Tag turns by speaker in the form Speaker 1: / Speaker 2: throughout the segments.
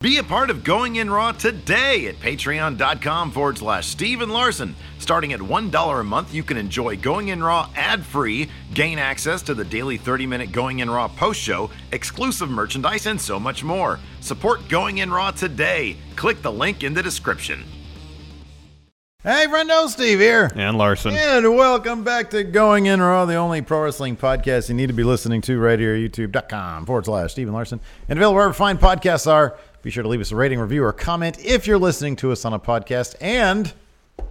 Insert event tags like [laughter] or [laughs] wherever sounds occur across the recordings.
Speaker 1: Be a part of Going In Raw today at patreon.com forward slash Steven Larson. Starting at $1 a month, you can enjoy Going In Raw ad free, gain access to the daily 30 minute Going In Raw post show, exclusive merchandise, and so much more. Support Going In Raw today. Click the link in the description.
Speaker 2: Hey, friendo, Steve here.
Speaker 3: And Larson.
Speaker 2: And welcome back to Going In Raw, the only pro wrestling podcast you need to be listening to right here, youtube.com forward slash Steven Larson. And available wherever fine podcasts are. Be sure to leave us a rating, review, or comment if you're listening to us on a podcast. And, you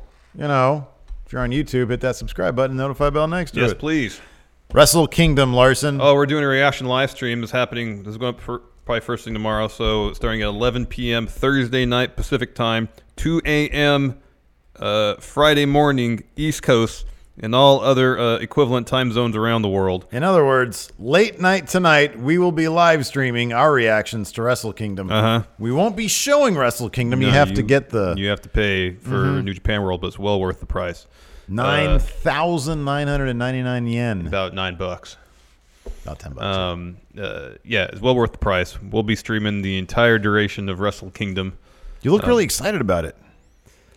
Speaker 2: know, if you're on YouTube, hit that subscribe button, notify bell next to
Speaker 3: Yes,
Speaker 2: it.
Speaker 3: please.
Speaker 2: Wrestle Kingdom, Larson.
Speaker 3: Oh, we're doing a reaction live stream. It's happening. This is going up for, probably first thing tomorrow. So it's starting at 11 p.m. Thursday night Pacific time, 2 a.m. Uh, Friday morning East Coast, and all other uh, equivalent time zones around the world.
Speaker 2: In other words, late night tonight, we will be live streaming our reactions to Wrestle Kingdom.
Speaker 3: Uh-huh.
Speaker 2: We won't be showing Wrestle Kingdom. you
Speaker 3: No,
Speaker 2: have to get the Mm-hmm.
Speaker 3: You uh, have to pay for New Japan World, but it's well worth the price.
Speaker 2: nine thousand nine hundred and ninety nine yen,
Speaker 3: About nine bucks.
Speaker 2: about ten bucks.
Speaker 3: Um, uh, yeah, it's well worth the price. We'll be streaming the entire duration of Wrestle Kingdom.
Speaker 2: you look really excited about it.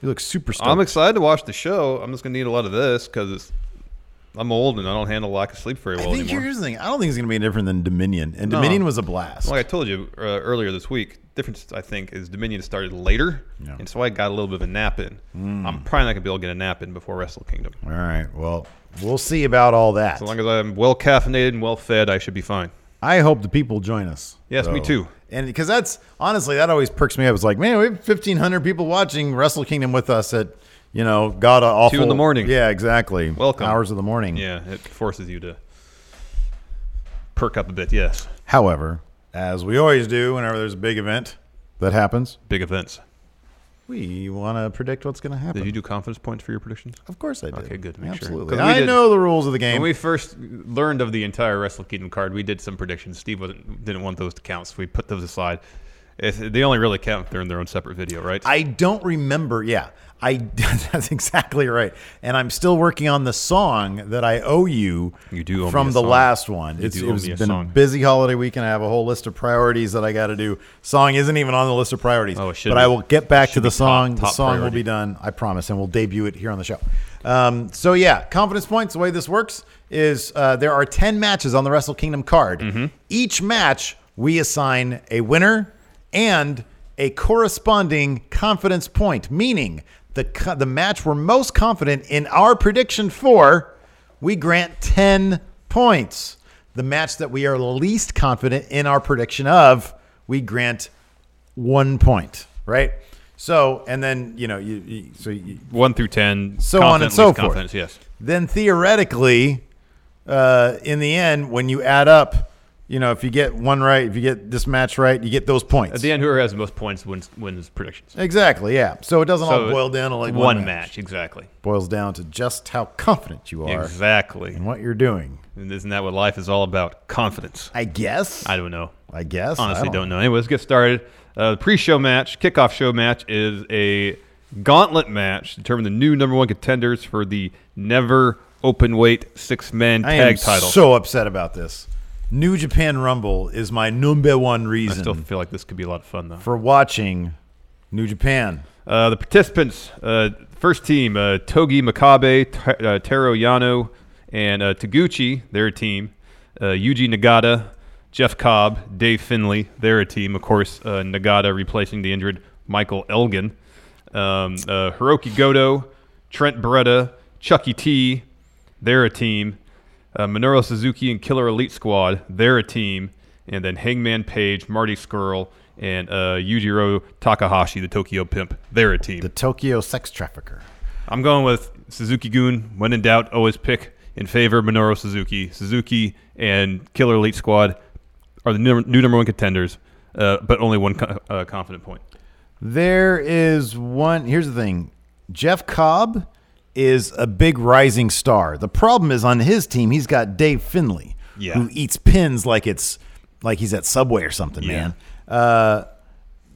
Speaker 2: You look super stoked.
Speaker 3: um, I'm excited to watch the show. I'm just gonna need a lot of this because I'm old and I don't handle lack of sleep very
Speaker 2: I
Speaker 3: well
Speaker 2: think
Speaker 3: anymore.
Speaker 2: here's the thing. I don't think it's going to be any different than Dominion, and Dominion was a blast.
Speaker 3: Like I told you uh, earlier this week, difference I think is Dominion started later,
Speaker 2: Yeah. Mm.
Speaker 3: and so I got a little bit of a nap in. I'm probably not gonna be able to get a nap in before Wrestle Kingdom.
Speaker 2: All right. Well, we'll see about all that.
Speaker 3: As long as I'm well caffeinated and well fed, I should be fine.
Speaker 2: I hope the people join us.
Speaker 3: Yes, me too.
Speaker 2: And because that's honestly, that always perks me up. It's like, man, we have fifteen hundred people watching Wrestle Kingdom with us at you know, god awful
Speaker 3: Two in the morning.
Speaker 2: Yeah, exactly.
Speaker 3: Welcome.
Speaker 2: hours of the morning.
Speaker 3: Yeah, it forces you to perk up a bit. Yes,
Speaker 2: However, as we always do, whenever there's a big event that happens,
Speaker 3: big events.
Speaker 2: we want to predict what's going to happen.
Speaker 3: Did you do confidence points for your predictions?
Speaker 2: Of course I did.
Speaker 3: Okay, good. Make sure.
Speaker 2: Absolutely.
Speaker 3: 'Cause we
Speaker 2: I
Speaker 3: did-
Speaker 2: know the rules of the game.
Speaker 3: When we first learned of the entire Wrestle Kingdom card, we did some predictions. Steve wasn't, didn't want those to count, so we put those aside. If, they only really count if they're in their own separate video, right?
Speaker 2: I don't remember. Yeah, I. [laughs] That's exactly right. And I'm still working on the song that I owe you.
Speaker 3: You do owe me
Speaker 2: from
Speaker 3: a
Speaker 2: the
Speaker 3: song.
Speaker 2: last one.
Speaker 3: You
Speaker 2: It's,
Speaker 3: do
Speaker 2: it
Speaker 3: owe
Speaker 2: was
Speaker 3: me a
Speaker 2: been
Speaker 3: song.
Speaker 2: a busy holiday weekend. I have a whole list of priorities that I got to do. Song isn't even on the list of priorities.
Speaker 3: Oh, it should
Speaker 2: But
Speaker 3: be.
Speaker 2: I will get back to
Speaker 3: Should
Speaker 2: the
Speaker 3: be top-
Speaker 2: song. the
Speaker 3: top
Speaker 2: song will
Speaker 3: priority.
Speaker 2: be done. I promise, and we'll debut it here on the show. Um, so yeah, confidence points. The way this works is uh, there are ten matches on the Wrestle Kingdom card.
Speaker 3: Mm-hmm.
Speaker 2: Each match we assign a winner and a corresponding confidence point, meaning the co- the match we're most confident in our prediction for, we grant ten points. The match that we are least confident in our prediction of, we grant one point. Right. So and then you know you, you so you,
Speaker 3: One through ten,
Speaker 2: so on
Speaker 3: confident,
Speaker 2: and so
Speaker 3: least
Speaker 2: forth.
Speaker 3: confidence, Yes,
Speaker 2: Then theoretically, uh, in the end, when you add up, you know, if you get one right, if you get this match right, you get those points.
Speaker 3: at the end, whoever has the most points wins wins predictions.
Speaker 2: Exactly. Yeah. So it doesn't all boil down to like one,
Speaker 3: match, exactly,
Speaker 2: Boils down to just how confident you are
Speaker 3: exactly.
Speaker 2: in what you're doing.
Speaker 3: And isn't that what life is all about? Confidence.
Speaker 2: I guess.
Speaker 3: I don't know.
Speaker 2: I guess.
Speaker 3: Honestly, don't, know. Anyway, let's get started. Uh, the pre-show match, kickoff show match, is a gauntlet match to determine the new number one contenders for the never open weight six-man
Speaker 2: I
Speaker 3: tag
Speaker 2: am
Speaker 3: title.
Speaker 2: so upset about this. New Japan Rumble is my number one
Speaker 3: I still
Speaker 2: reason
Speaker 3: feel like this could be a lot of fun, though.
Speaker 2: for watching New Japan.
Speaker 3: Uh, the participants, uh, first team, uh, Togi Makabe, T- uh, Taro Yano, and uh, Taguchi, their team. Uh, Yuji Nagata, Jeff Cobb, Dave Finley, their team. Of course, uh, Nagata replacing the injured Michael Elgin. Um, uh, Hiroki Goto, Trent Beretta, Chucky T, they're a team. Uh, Minoru Suzuki and Killer Elite Squad, they're a team. And then Hangman Page, Marty Skrull, and uh, Yujiro Takahashi, the Tokyo Pimp, they're a team.
Speaker 2: The Tokyo sex trafficker.
Speaker 3: I'm going with Suzuki Goon. When in doubt, always pick in favor of Minoru Suzuki. Suzuki and Killer Elite Squad are the new, new number one contenders, uh, but only one co- uh, confident point.
Speaker 2: There is one. Here's the thing Jeff Cobb is a big rising star. The problem is on his team, he's got Dave Finley,
Speaker 3: Yeah.
Speaker 2: who eats pins like it's like he's at Subway or something, man. Uh,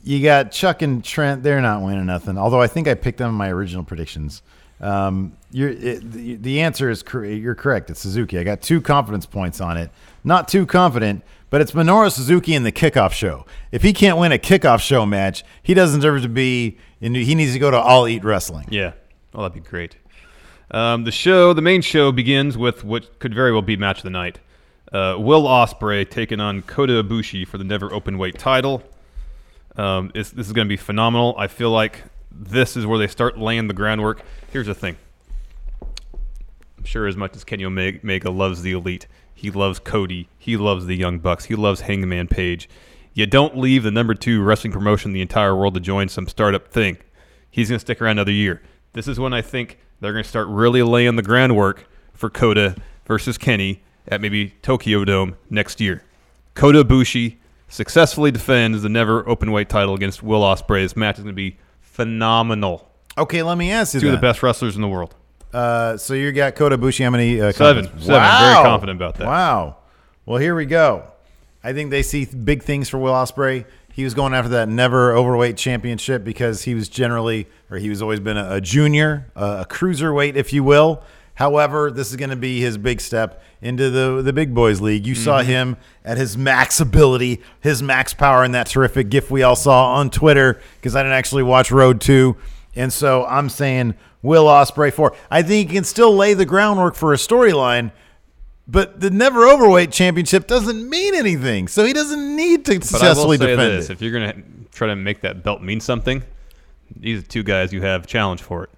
Speaker 2: you got Chuck and Trent. They're not winning nothing. Although I think I picked them in my original predictions. Um, you're, it, the, the answer is cor- you're correct. It's Suzuki. I got two confidence points on it. Not too confident, but it's Minoru Suzuki in the kickoff show. If he can't win a kickoff show match, he doesn't deserve to be. And he needs to go to All Eat Wrestling.
Speaker 3: Yeah. Oh, that'd be great. Um, the show, the main show, begins with what could very well be match of the night. Uh, Will Osprey taking on Kota Ibushi for the never open weight title. Um, it's, this is going to be phenomenal. I feel like this is where they start laying the groundwork. Here's the thing. I'm sure as much as Kenny Omeg- Omega loves the Elite, he loves Cody, he loves the Young Bucks, he loves Hangman Page. You don't leave the number two wrestling promotion in the entire world to join some startup thing. He's going to stick around another year. This is when I think they're going to start really laying the groundwork for Kota versus Kenny at maybe Tokyo Dome next year. Kota Ibushi successfully defends the never open weight title against Will Ospreay. This match is going to be phenomenal.
Speaker 2: Okay, let me ask you
Speaker 3: Two of the
Speaker 2: then.
Speaker 3: best wrestlers in the world.
Speaker 2: Uh, so you got Kota Ibushi. How many? Uh,
Speaker 3: Seven.
Speaker 2: confidence-
Speaker 3: Seven. Very confident about that.
Speaker 2: Wow. Well, here we go. I think they see th- big things for Will Osprey. He was going after that never overweight championship because he was generally, or he was always been a, a junior, uh, a cruiserweight, if you will. However, this is going to be his big step into the the big boys league. You saw him at his max ability, his max power, in that terrific gif we all saw on Twitter. Because I didn't actually watch Road Two. And so I'm saying Will Osprey for. I think he can still lay the groundwork for a storyline, but the never overweight championship doesn't mean anything. So he doesn't need to
Speaker 3: But I
Speaker 2: successfully
Speaker 3: will say
Speaker 2: defend
Speaker 3: this:
Speaker 2: it.
Speaker 3: if you're gonna try to make that belt mean something, these are two guys you have challenge for it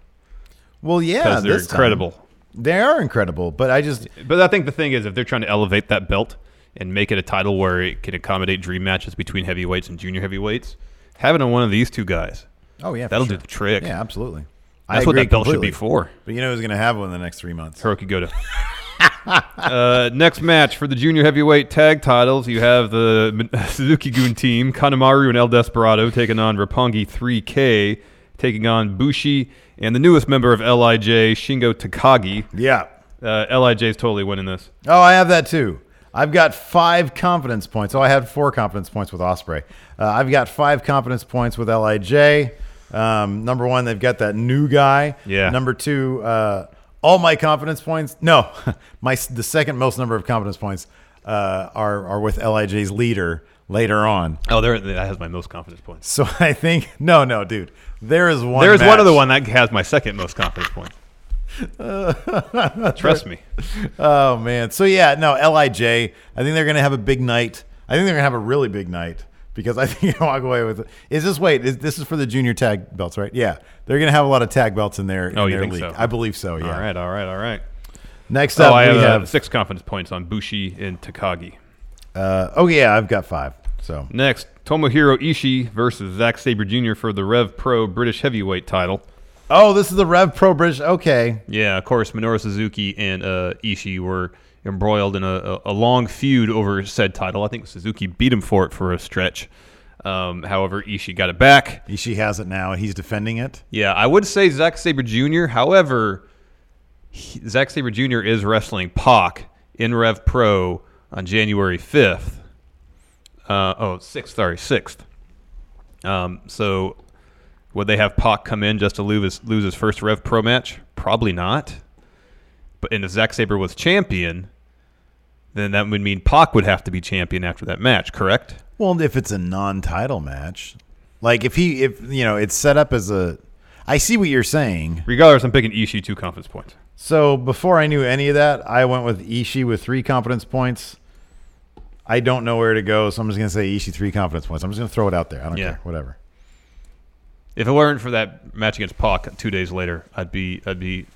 Speaker 2: Well, yeah,
Speaker 3: because they're
Speaker 2: this time.
Speaker 3: incredible.
Speaker 2: They are incredible, but I just
Speaker 3: But I think the thing is, if they're trying to elevate that belt and make it a title where it can accommodate dream matches between heavyweights and junior heavyweights, having one of these two guys,
Speaker 2: oh yeah, for
Speaker 3: that'll
Speaker 2: sure.
Speaker 3: do the trick.
Speaker 2: Yeah, absolutely. I
Speaker 3: that's what
Speaker 2: agree
Speaker 3: that belt should be
Speaker 2: completely.
Speaker 3: for.
Speaker 2: But you know who's going to have one in the next three months?
Speaker 3: Hiroki Goto. [laughs] uh, next match for the junior heavyweight tag titles, you have the [laughs] Suzuki Goon team, Kanemaru and El Desperado taking on Rapongi 3K, taking on Bushi, and the newest member of LIJ, Shingo Takagi.
Speaker 2: Yeah.
Speaker 3: Uh, LIJ is totally winning this.
Speaker 2: Oh, I have that too. I've got five confidence points. Oh, I had four confidence points with Osprey. Uh, I've got five confidence points with Lij. Um, number one, they've got that new guy.
Speaker 3: Yeah.
Speaker 2: Number two, uh, all my confidence points. No, [laughs] my the second most number of confidence points uh, are are with Lij's leader later on.
Speaker 3: Oh, there that has my most confidence points.
Speaker 2: So [laughs] I think no, no, dude. There is one.
Speaker 3: There's one
Speaker 2: match-
Speaker 3: other one that has my second most confidence points. Trust me.
Speaker 2: Oh man. So yeah, no, Lij. I think they're gonna have a big night. I think they're gonna have a really big night because I [laughs] think they walk away with. It. Is this wait? Is, this is for the junior tag belts, right? Yeah, they're gonna have a lot of tag belts in their.
Speaker 3: Oh,
Speaker 2: in
Speaker 3: you
Speaker 2: their
Speaker 3: think
Speaker 2: league.
Speaker 3: so?
Speaker 2: I believe so. Yeah.
Speaker 3: All right, all right, all right.
Speaker 2: Next
Speaker 3: So
Speaker 2: up,
Speaker 3: I have,
Speaker 2: we
Speaker 3: uh,
Speaker 2: have.
Speaker 3: six confidence points on Bushi and Takagi.
Speaker 2: Uh, oh yeah, I've got five. So
Speaker 3: Next, Tomohiro Ishii versus Zack Sabre Jr. for the Rev Pro British Heavyweight title.
Speaker 2: oh, this is the Rev Pro British. Okay.
Speaker 3: Yeah, of course, Minoru Suzuki and uh, Ishii were embroiled in a, a, a long feud over said title. I think Suzuki beat him for it for a stretch. Um, however, Ishii got it back.
Speaker 2: Ishii has it now, and he's defending it.
Speaker 3: Yeah, I would say Zack Sabre Jr. However, he, Zack Sabre Jr. is wrestling Pac in Rev Pro on January 5th. Uh, oh, 6th, sorry, 6th. Um, so would they have Pac come in just to lose his, lose his first Rev Pro match? Probably not. But and if Zack Sabre was champion, then that would mean Pac would have to be champion after that match, correct?
Speaker 2: Well, if it's a non-title match, Like if he if you know it's set up as a. I see what you're saying.
Speaker 3: Regardless, I'm picking Ishii two confidence points.
Speaker 2: So before I knew any of that, I went with Ishii with three confidence points. I don't know where to go, so I'm just gonna say Ishii three confidence points. I'm just gonna throw it out there. I don't
Speaker 3: Yeah.
Speaker 2: care. Whatever.
Speaker 3: If it weren't for that match against Pac two days later, I'd be I'd be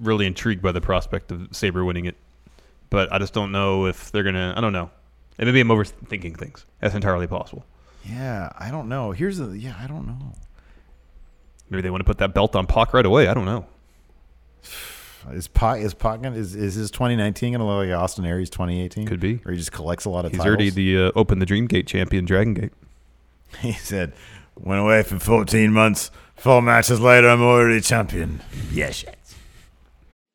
Speaker 3: really intrigued by the prospect of Saber winning it. But I just don't know if they're gonna. I don't know. And maybe I'm overthinking things. That's entirely possible.
Speaker 2: Yeah, I don't know. Here's the yeah, I don't know.
Speaker 3: Maybe they want to put that belt on Pac right away. I don't know.
Speaker 2: Is Pac is Pac gonna, is is his 2019 gonna look like Austin Aries 2018?
Speaker 3: Could be.
Speaker 2: Or he just collects a lot of.
Speaker 3: He's
Speaker 2: titles?
Speaker 3: already the uh, open the Dream Gate champion, Dragon Gate.
Speaker 2: [laughs] He said, "Went away for 14 months. Four matches later, I'm already champion." Yes.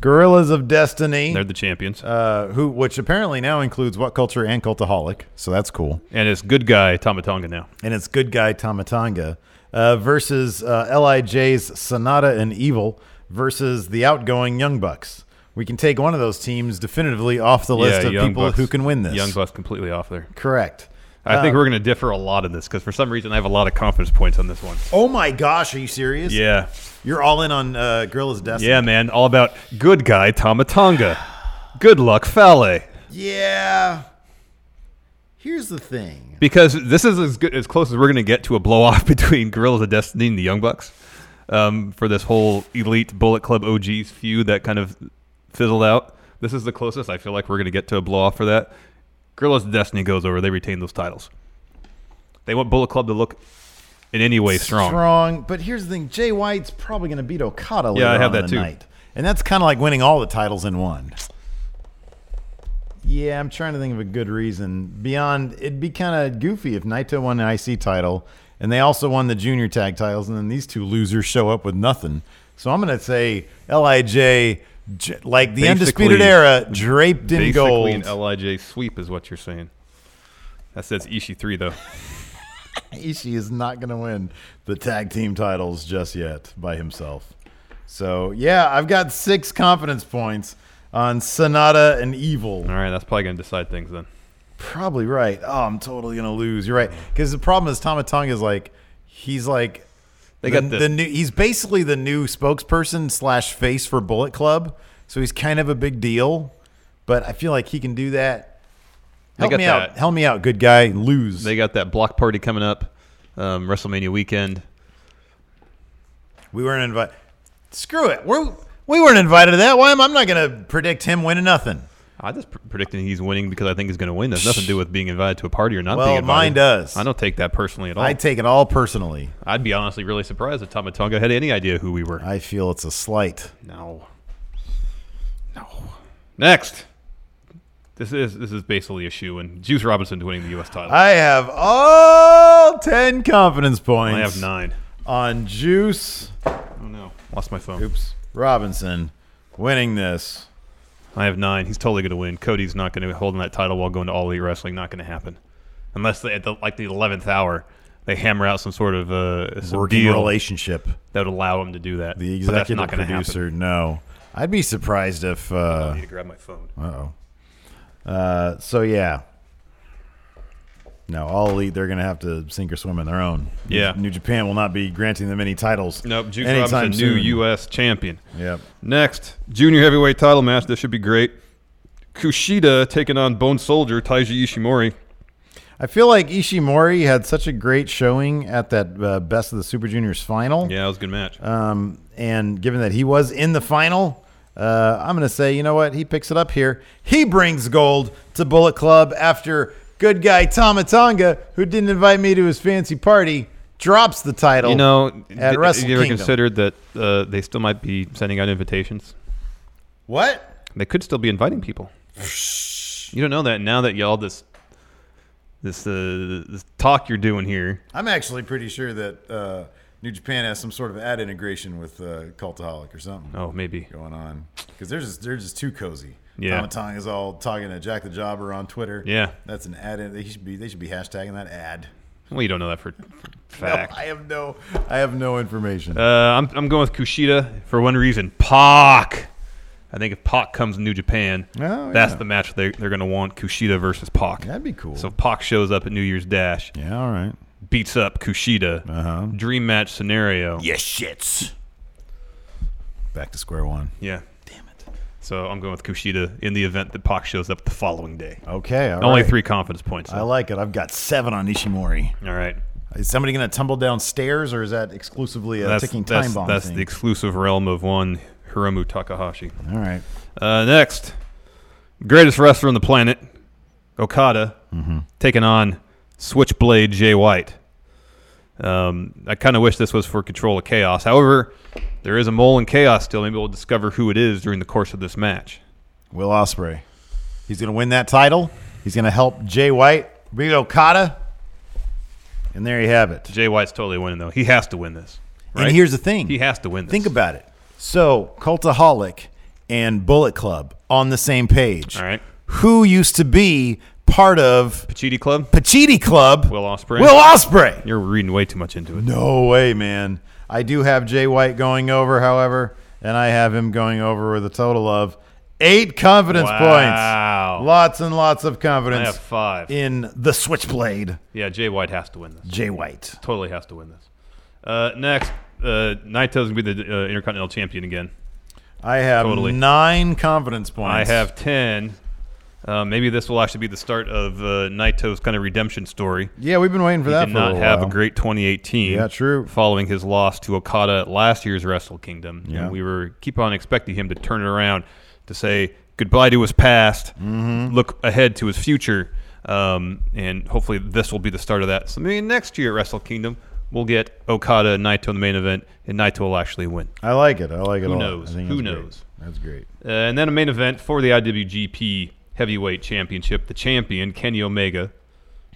Speaker 2: Gorillas of Destiny.
Speaker 3: They're the champions.
Speaker 2: uh, who, which apparently now includes what culture and cultaholic, so that's cool.
Speaker 3: and it's good guy Tomatonga now.
Speaker 2: And it's good guy Tamatanga uh, versus uh, Lij's Sonata and Evil versus the outgoing Young Bucks. We can take one of those teams definitively off the list of
Speaker 3: Young
Speaker 2: people
Speaker 3: Bucks-
Speaker 2: who can win this.
Speaker 3: Young Bucks completely off there.
Speaker 2: correct.
Speaker 3: I think we're going to differ a lot in this because for some reason I have a lot of confidence points on this one.
Speaker 2: Oh my gosh, are you serious?
Speaker 3: Yeah.
Speaker 2: You're all in on uh, Gorilla's Destiny.
Speaker 3: Yeah, man. All about good guy Tomatonga. Good luck, Fale.
Speaker 2: Yeah. Here's the thing.
Speaker 3: Because this is as good as close as we're going to get to a blow off [laughs] between Gorillas of Destiny and the Young Bucks um, for this whole elite Bullet Club OGs feud that kind of fizzled out. This is the closest I feel like we're going to get to a blow off for that. Gorillas of Destiny goes over. They retain those titles. They want Bullet Club to look in any way strong.
Speaker 2: But here's the thing: Jay White's probably going to beat Okada. Later
Speaker 3: I have
Speaker 2: on
Speaker 3: that
Speaker 2: in the
Speaker 3: too.
Speaker 2: Night. And that's kind of like winning all the titles in one. Yeah, I'm trying to think of a good reason beyond. It'd be kind of goofy if Naito won an IC title, and they also won the junior tag titles, and then these two losers show up with nothing. So I'm going to say Lij, j- like the undisputed
Speaker 3: Basically-
Speaker 2: era, draped in
Speaker 3: Basically
Speaker 2: gold.
Speaker 3: an Lij sweep is what you're saying. That says Ishii three though.
Speaker 2: Ishii is not going to win the tag team titles just yet by himself. So, yeah, I've got six confidence points on Sonata and Evil.
Speaker 3: All right, that's probably gonna decide things then.
Speaker 2: Probably right. Oh, I'm totally going to lose. You're right. Because the problem is Tomatonga is like, he's like,
Speaker 3: They
Speaker 2: the,
Speaker 3: got this.
Speaker 2: the new, he's basically the new spokesperson slash face for Bullet Club. So he's kind of a big deal, but I feel like he can do that.
Speaker 3: They
Speaker 2: Help
Speaker 3: got
Speaker 2: me out.
Speaker 3: that.
Speaker 2: Help me out, good guy. Lose.
Speaker 3: They got that block party coming up, um, WrestleMania weekend.
Speaker 2: We weren't invited. Screw it. We're, we weren't invited to that. Why am I I'm not going to predict him winning nothing?
Speaker 3: I just pr- predicting he's winning because I think he's gonna win. There's nothing to do with being invited to a party or not.
Speaker 2: Well,
Speaker 3: being invited.
Speaker 2: mine does.
Speaker 3: I don't take that personally at all.
Speaker 2: I
Speaker 3: i t-
Speaker 2: take it all personally.
Speaker 3: I'd be honestly really surprised if Tomatonga had any idea who we were.
Speaker 2: I feel it's a slight.
Speaker 3: no, no. Next, this is this is basically a shoe and Juice Robinson to winning the U.S. title.
Speaker 2: I have all 10 confidence points
Speaker 3: I have nine.
Speaker 2: on Juice
Speaker 3: Oh no, lost my phone.
Speaker 2: oops, Robinson winning this.
Speaker 3: I have nine. He's totally going to win. Cody's not going to hold on that title while going to All Elite Wrestling. Not going to happen, unless they, at the, like the eleventh hour they hammer out some sort of uh, some
Speaker 2: Working
Speaker 3: deal
Speaker 2: relationship.
Speaker 3: that would allow him to do that.
Speaker 2: The
Speaker 3: but that's
Speaker 2: executive
Speaker 3: not gonna
Speaker 2: producer,
Speaker 3: Happen.
Speaker 2: no. I'd be surprised if. Uh,
Speaker 3: I need to grab my phone.
Speaker 2: Uh-oh. Uh So yeah, No, all elite, they're going to have to sink or swim on their own.
Speaker 3: Yeah.
Speaker 2: New Japan will not be granting them any titles.
Speaker 3: Nope, Juice
Speaker 2: anytime
Speaker 3: Robinson, new
Speaker 2: soon.
Speaker 3: U.S. champion.
Speaker 2: Yep.
Speaker 3: Next, junior heavyweight title match. This should be great. Kushida taking on Bone Soldier Taiji Ishimori.
Speaker 2: I feel like Ishimori had such a great showing at that uh, Best of the Super Juniors final.
Speaker 3: Yeah, that was a good match.
Speaker 2: Um, and given that he was in the final, uh, I'm going to say, you know what? He picks it up here. He brings gold to Bullet Club after good guy Tama Tonga, who didn't invite me to his fancy party, drops the title.
Speaker 3: you know,
Speaker 2: at
Speaker 3: d-
Speaker 2: Wrestle
Speaker 3: have you ever
Speaker 2: Kingdom.
Speaker 3: considered that uh, they still might be sending out invitations?
Speaker 2: what?
Speaker 3: They could still be inviting people. You don't know that now that y'all this this uh, this talk you're doing here.
Speaker 2: I'm actually pretty sure that uh, New Japan has some sort of ad integration with uh, Cultaholic or something.
Speaker 3: Oh, maybe.
Speaker 2: going on because they're just they're just too cozy.
Speaker 3: Yeah.
Speaker 2: Tama Tonga is all talking to Jack the Jobber on Twitter.
Speaker 3: Yeah.
Speaker 2: that's an ad. They should be they should be hashtagging that ad. [laughs]
Speaker 3: Well, you don't know that for for
Speaker 2: No,
Speaker 3: fact.
Speaker 2: I have no I have no information.
Speaker 3: Uh, I'm, I'm going with Kushida for one reason. Pac. I think if Pac comes to New Japan,
Speaker 2: Oh,
Speaker 3: that's
Speaker 2: yeah.
Speaker 3: the match they, they're going to want Kushida versus Pac.
Speaker 2: That'd be cool.
Speaker 3: So Pac shows up at New Year's Dash,
Speaker 2: yeah, all right.
Speaker 3: beats up Kushida.
Speaker 2: Uh-huh.
Speaker 3: Dream match scenario.
Speaker 1: Yes, shits.
Speaker 2: Back to square one.
Speaker 3: Yeah. Damn it. So I'm going with Kushida in the event that Pac shows up the following day.
Speaker 2: Okay, all
Speaker 3: Only
Speaker 2: right.
Speaker 3: three confidence points.
Speaker 2: I
Speaker 3: though.
Speaker 2: like it. I've got seven on Ishimori.
Speaker 3: All right.
Speaker 2: Is somebody going to tumble downstairs, or is that exclusively a
Speaker 3: That's,
Speaker 2: ticking time
Speaker 3: that's,
Speaker 2: bomb
Speaker 3: that's
Speaker 2: thing?
Speaker 3: the exclusive realm of one Hiromu Takahashi.
Speaker 2: all right.
Speaker 3: Uh, next, greatest wrestler on the planet, Okada,
Speaker 2: Mm-hmm.
Speaker 3: taking on Switchblade Jay White. Um, I kind of wish this was for Control of Chaos. However, there is a mole in Chaos still. Maybe we'll discover who it is during the course of this match.
Speaker 2: Will Osprey. He's going to win that title. He's going to help Jay White beat Okada. And there you have it.
Speaker 3: Jay White's totally winning though. He has to win this. Right?
Speaker 2: And here's the thing.
Speaker 3: he has to win. This.
Speaker 2: Think about it. So, Cultaholic and Bullet Club on the same page.
Speaker 3: All right.
Speaker 2: Who used to be part of
Speaker 3: Pachidi Club.
Speaker 2: Pachiti Club?
Speaker 3: Will Ospreay.
Speaker 2: Will Osprey.
Speaker 3: You're reading way too much into it.
Speaker 2: No way, man. I do have Jay White going over, however, and I have him going over with a total of eight confidence
Speaker 3: Wow.
Speaker 2: points. Lots and lots of
Speaker 3: I
Speaker 2: confidence
Speaker 3: have five.
Speaker 2: in the Switchblade.
Speaker 3: Yeah, Jay White has to win this.
Speaker 2: Jay White.
Speaker 3: totally has to win this. Uh, next, uh, Naito's gonna be the uh, Intercontinental Champion again.
Speaker 2: I have
Speaker 3: Totally.
Speaker 2: nine confidence points.
Speaker 3: I have ten. Uh, maybe this will actually be the start of uh, Naito's kind of redemption story.
Speaker 2: Yeah, we've been waiting for that
Speaker 3: Did
Speaker 2: for
Speaker 3: not
Speaker 2: a
Speaker 3: have
Speaker 2: while.
Speaker 3: a great 2018.
Speaker 2: Yeah, true.
Speaker 3: Following his loss to Okada at last year's Wrestle Kingdom,
Speaker 2: Yeah.
Speaker 3: and we were keep on expecting him to turn it around, to say goodbye to his past,
Speaker 2: Mm-hmm.
Speaker 3: look ahead to his future, um, and hopefully this will be the start of that. So maybe next year at Wrestle Kingdom we'll get Okada and Naito in the main event, and Naito will actually win.
Speaker 2: I like it. I like it.
Speaker 3: Who
Speaker 2: a lot.
Speaker 3: knows?
Speaker 2: I think
Speaker 3: Who
Speaker 2: that's great.
Speaker 3: knows?
Speaker 2: That's great.
Speaker 3: Uh, and then a main event for the IWGP Heavyweight Championship, the champion Kenny Omega,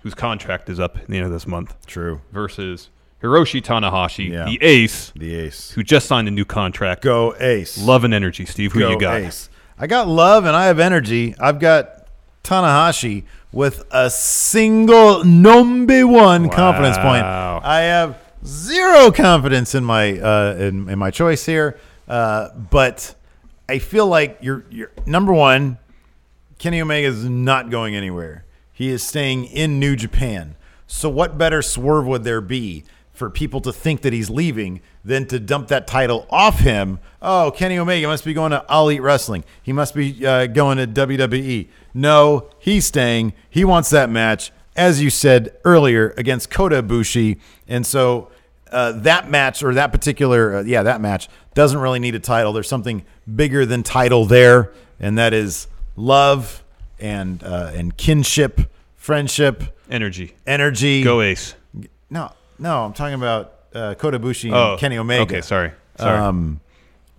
Speaker 3: whose contract is up at the end of this month
Speaker 2: True.
Speaker 3: versus Hiroshi Tanahashi,
Speaker 2: Yeah.
Speaker 3: the ace,
Speaker 2: The ace.
Speaker 3: who just signed a new contract.
Speaker 2: Go ace.
Speaker 3: Love and energy, Steve. Who
Speaker 2: Go
Speaker 3: you got?
Speaker 2: ace. I got love and I have energy. I've got Tanahashi with a single number one confidence point.
Speaker 3: Wow.
Speaker 2: I have zero confidence in my uh, in, in my choice here. Uh, but I feel like you're you're number one. Kenny Omega is not going anywhere. He is staying in New Japan. So what better swerve would there be for people to think that he's leaving than to dump that title off him? Oh, Kenny Omega must be going to All Elite Wrestling. He must be uh, going to WWE. No, he's staying. He wants that match, as you said earlier, against Kota Ibushi. And so uh, that match or that particular uh, yeah that match doesn't really need a title there's something bigger than title there and that is love and uh, and kinship friendship
Speaker 3: Energy.
Speaker 2: energy
Speaker 3: Go ace.
Speaker 2: no no i'm talking about uh, Kota Ibushi and
Speaker 3: Oh,
Speaker 2: Kenny Omega
Speaker 3: Okay, sorry. Sorry.
Speaker 2: um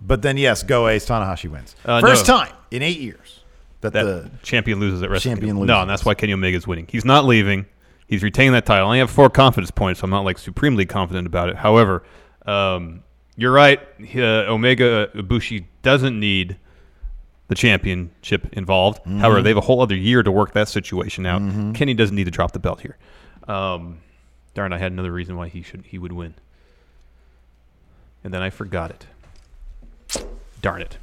Speaker 2: but then yes go ace Tanahashi wins
Speaker 3: Uh,
Speaker 2: first
Speaker 3: no.
Speaker 2: time in 8 years that,
Speaker 3: that
Speaker 2: the
Speaker 3: champion loses at WrestleMania.
Speaker 2: Champion
Speaker 3: No,
Speaker 2: loses.
Speaker 3: and that's why Kenny Omega's winning. He's not leaving. He's retaining that title. I only have four confidence points, so I'm not like supremely confident about it. However, um, you're right. He- Uh, Omega Ibushi doesn't need the championship involved.
Speaker 2: Mm-hmm.
Speaker 3: However, they have a whole other year to work that situation out. Kenny doesn't need to drop the belt here. Um, darn, I had another reason why he should he would win, and then I forgot it. Darn it.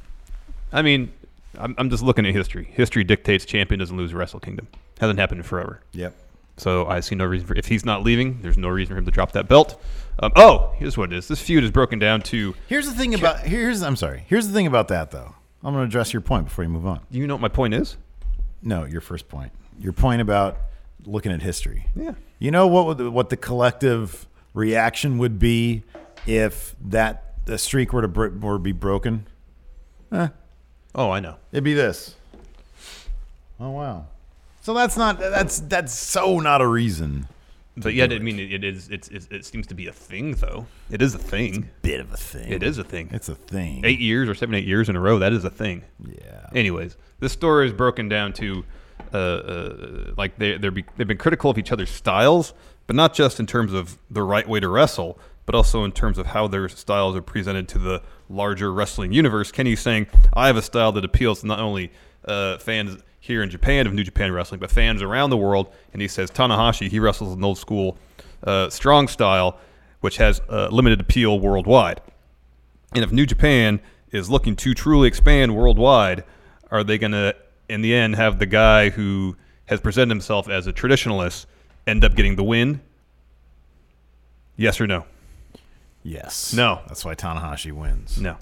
Speaker 3: I mean, I'm, I'm just looking at history. History dictates champion doesn't lose Wrestle Kingdom. Hasn't happened in forever.
Speaker 2: yep
Speaker 3: So I see no reason for if he's not leaving, there's no reason for him to drop that belt. Um, oh, here's what it is. This feud is broken down to
Speaker 2: Here's the thing about here's I'm sorry. Here's the thing about that though. I'm going to address your point before you move on.
Speaker 3: you know what my point is?
Speaker 2: No, your first point. Your point about looking at history.
Speaker 3: Yeah.
Speaker 2: You know what would, what the collective reaction would be if that the streak were to br- were to be broken?
Speaker 3: Oh, I know.
Speaker 2: It'd be this. Oh wow. So that's not that's that's so not a reason.
Speaker 3: But yeah, I mean, it, it is. It's, it's, it seems to be a thing, though. It is a thing.
Speaker 2: Bit of a thing.
Speaker 3: It is a thing.
Speaker 2: It's a thing.
Speaker 3: eight years or seven, eight years in a row. That is a thing.
Speaker 2: Yeah.
Speaker 3: Anyways, this story is broken down to, uh, uh, like they they're be, they've been critical of each other's styles, but not just in terms of the right way to wrestle, but also in terms of how their styles are presented to the larger wrestling universe. Kenny's saying, "I have a style that appeals to not only uh, fans." Here in Japan of New Japan Wrestling, but fans around the world. And he says Tanahashi, he wrestles an old school, uh, strong style, which has uh, limited appeal worldwide. And if New Japan is looking to truly expand worldwide, are they going to, in the end, have the guy who has presented himself as a traditionalist end up getting the win? Yes or no?
Speaker 2: Yes.
Speaker 3: No.
Speaker 2: That's why Tanahashi wins.
Speaker 3: No.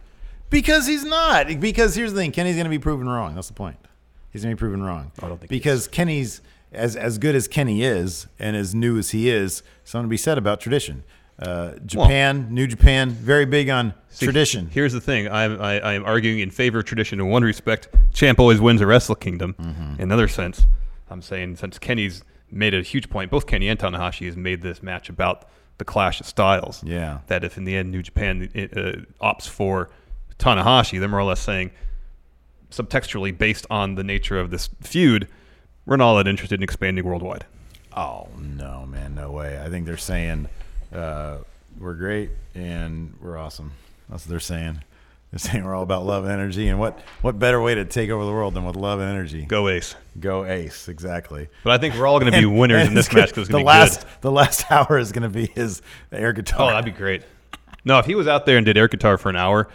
Speaker 2: Because he's not. Because here's the thing: Kenny's going to be proven wrong. That's the point. He's going to be proven wrong. I
Speaker 3: don't think he
Speaker 2: because Kenny's as as good as Kenny is, and as new as he is, something to be said about tradition. Uh, Japan, New Japan, very big on
Speaker 3: See,
Speaker 2: tradition.
Speaker 3: Here's the thing: I'm I, I am arguing in favor of tradition in one respect. Champ always wins a Wrestle Kingdom.
Speaker 2: Mm-hmm.
Speaker 3: In another sense, I'm saying since Kenny's made a huge point, both Kenny and Tanahashi has made this match about the clash of styles.
Speaker 2: Yeah.
Speaker 3: That if in the end New Japan uh, opts for Tanahashi, they're more or less saying, subtextually based on the nature of this feud, we're not all that interested in expanding worldwide.
Speaker 2: Oh no, man, no way. I think they're saying uh, we're great and we're awesome. That's what they're saying. They're saying we're all about love and energy, and what what better way to take over the world than with love and energy?
Speaker 3: Go Ace!
Speaker 2: Go Ace, exactly.
Speaker 3: But I think we're all going to be winners
Speaker 2: [laughs] And
Speaker 3: in this
Speaker 2: it's gonna-
Speaker 3: match because
Speaker 2: the last the last [laughs] hour is going to be his air
Speaker 3: Oh,
Speaker 2: guitar.
Speaker 3: that'd be great. No, if he was out there and did air guitar for an hour,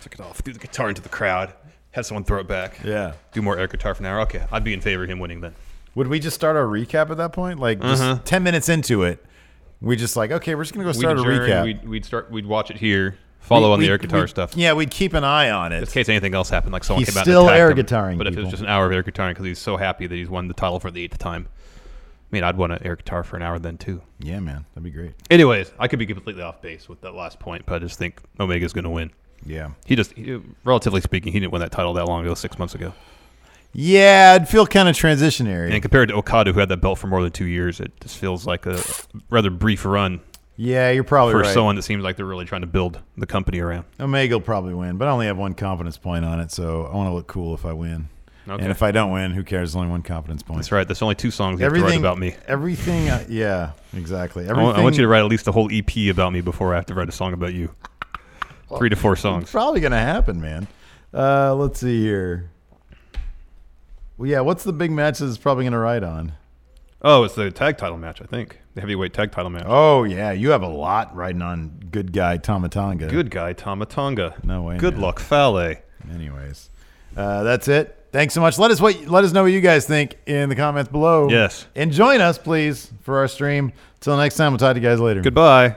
Speaker 3: took it off, threw the guitar into the crowd, had someone throw it back.
Speaker 2: [laughs] Yeah.
Speaker 3: Do more air guitar for an hour. Okay, I'd be in favor of him winning then.
Speaker 2: Would we just start our recap at that point? Like just ten minutes into it, we just like okay, we're just going to go start a recap.
Speaker 3: Uh-huh. We'd, we'd start. We'd watch it here. Follow on the
Speaker 2: We'd-
Speaker 3: air guitar
Speaker 2: we'd-
Speaker 3: stuff.
Speaker 2: Yeah, we'd keep an eye on
Speaker 3: In
Speaker 2: it.
Speaker 3: case anything else happened, like someone
Speaker 2: He's
Speaker 3: came out
Speaker 2: still
Speaker 3: and attacked
Speaker 2: air
Speaker 3: him.
Speaker 2: guitaring
Speaker 3: But if it
Speaker 2: people.
Speaker 3: was just an hour of air guitaring because he's so happy that he's won the title for the eighth time, I mean, I'd want to air guitar for an hour then too.
Speaker 2: Yeah, man, that'd be great.
Speaker 3: Anyways, I could be completely off base with that last point, but I just think Omega's going to win.
Speaker 2: Yeah,
Speaker 3: He just, he, relatively speaking, he didn't win that title that long ago, six months ago.
Speaker 2: yeah, I'd feel kind of transitionary.
Speaker 3: And compared to Okada, who had that belt for more than two years, it just feels like a rather brief run
Speaker 2: yeah, you're probably
Speaker 3: for
Speaker 2: right.
Speaker 3: someone that seems like they're really trying to build the company around.
Speaker 2: Omega will probably win, but I only have one confidence point on it, so I want to look cool if I win.
Speaker 3: Okay.
Speaker 2: And if I don't win, who cares? There's only one confidence point.
Speaker 3: That's right. That's only two songs you have to write
Speaker 2: Everything
Speaker 3: about me.
Speaker 2: Everything. uh, yeah, exactly.
Speaker 3: I
Speaker 2: Everything.
Speaker 3: want, I want you to write at least a whole EP about me before I have to write a song about you. Three to four songs.
Speaker 2: Probably gonna happen, man. Uh, let's see here. Well, yeah, what's the big match that's probably gonna ride on?
Speaker 3: Oh, it's the tag title match, I think. The heavyweight tag title match.
Speaker 2: Oh yeah, you have a lot riding on good guy Tomatonga.
Speaker 3: Good guy, Tama Tonga.
Speaker 2: No way,
Speaker 3: Good
Speaker 2: man.
Speaker 3: luck, Fale.
Speaker 2: Anyways, uh, that's it. Thanks so much. Let us what let us know what you guys think in the comments below.
Speaker 3: Yes.
Speaker 2: And join us, please, for our stream. Till next time, we'll talk to you guys later.
Speaker 3: Goodbye.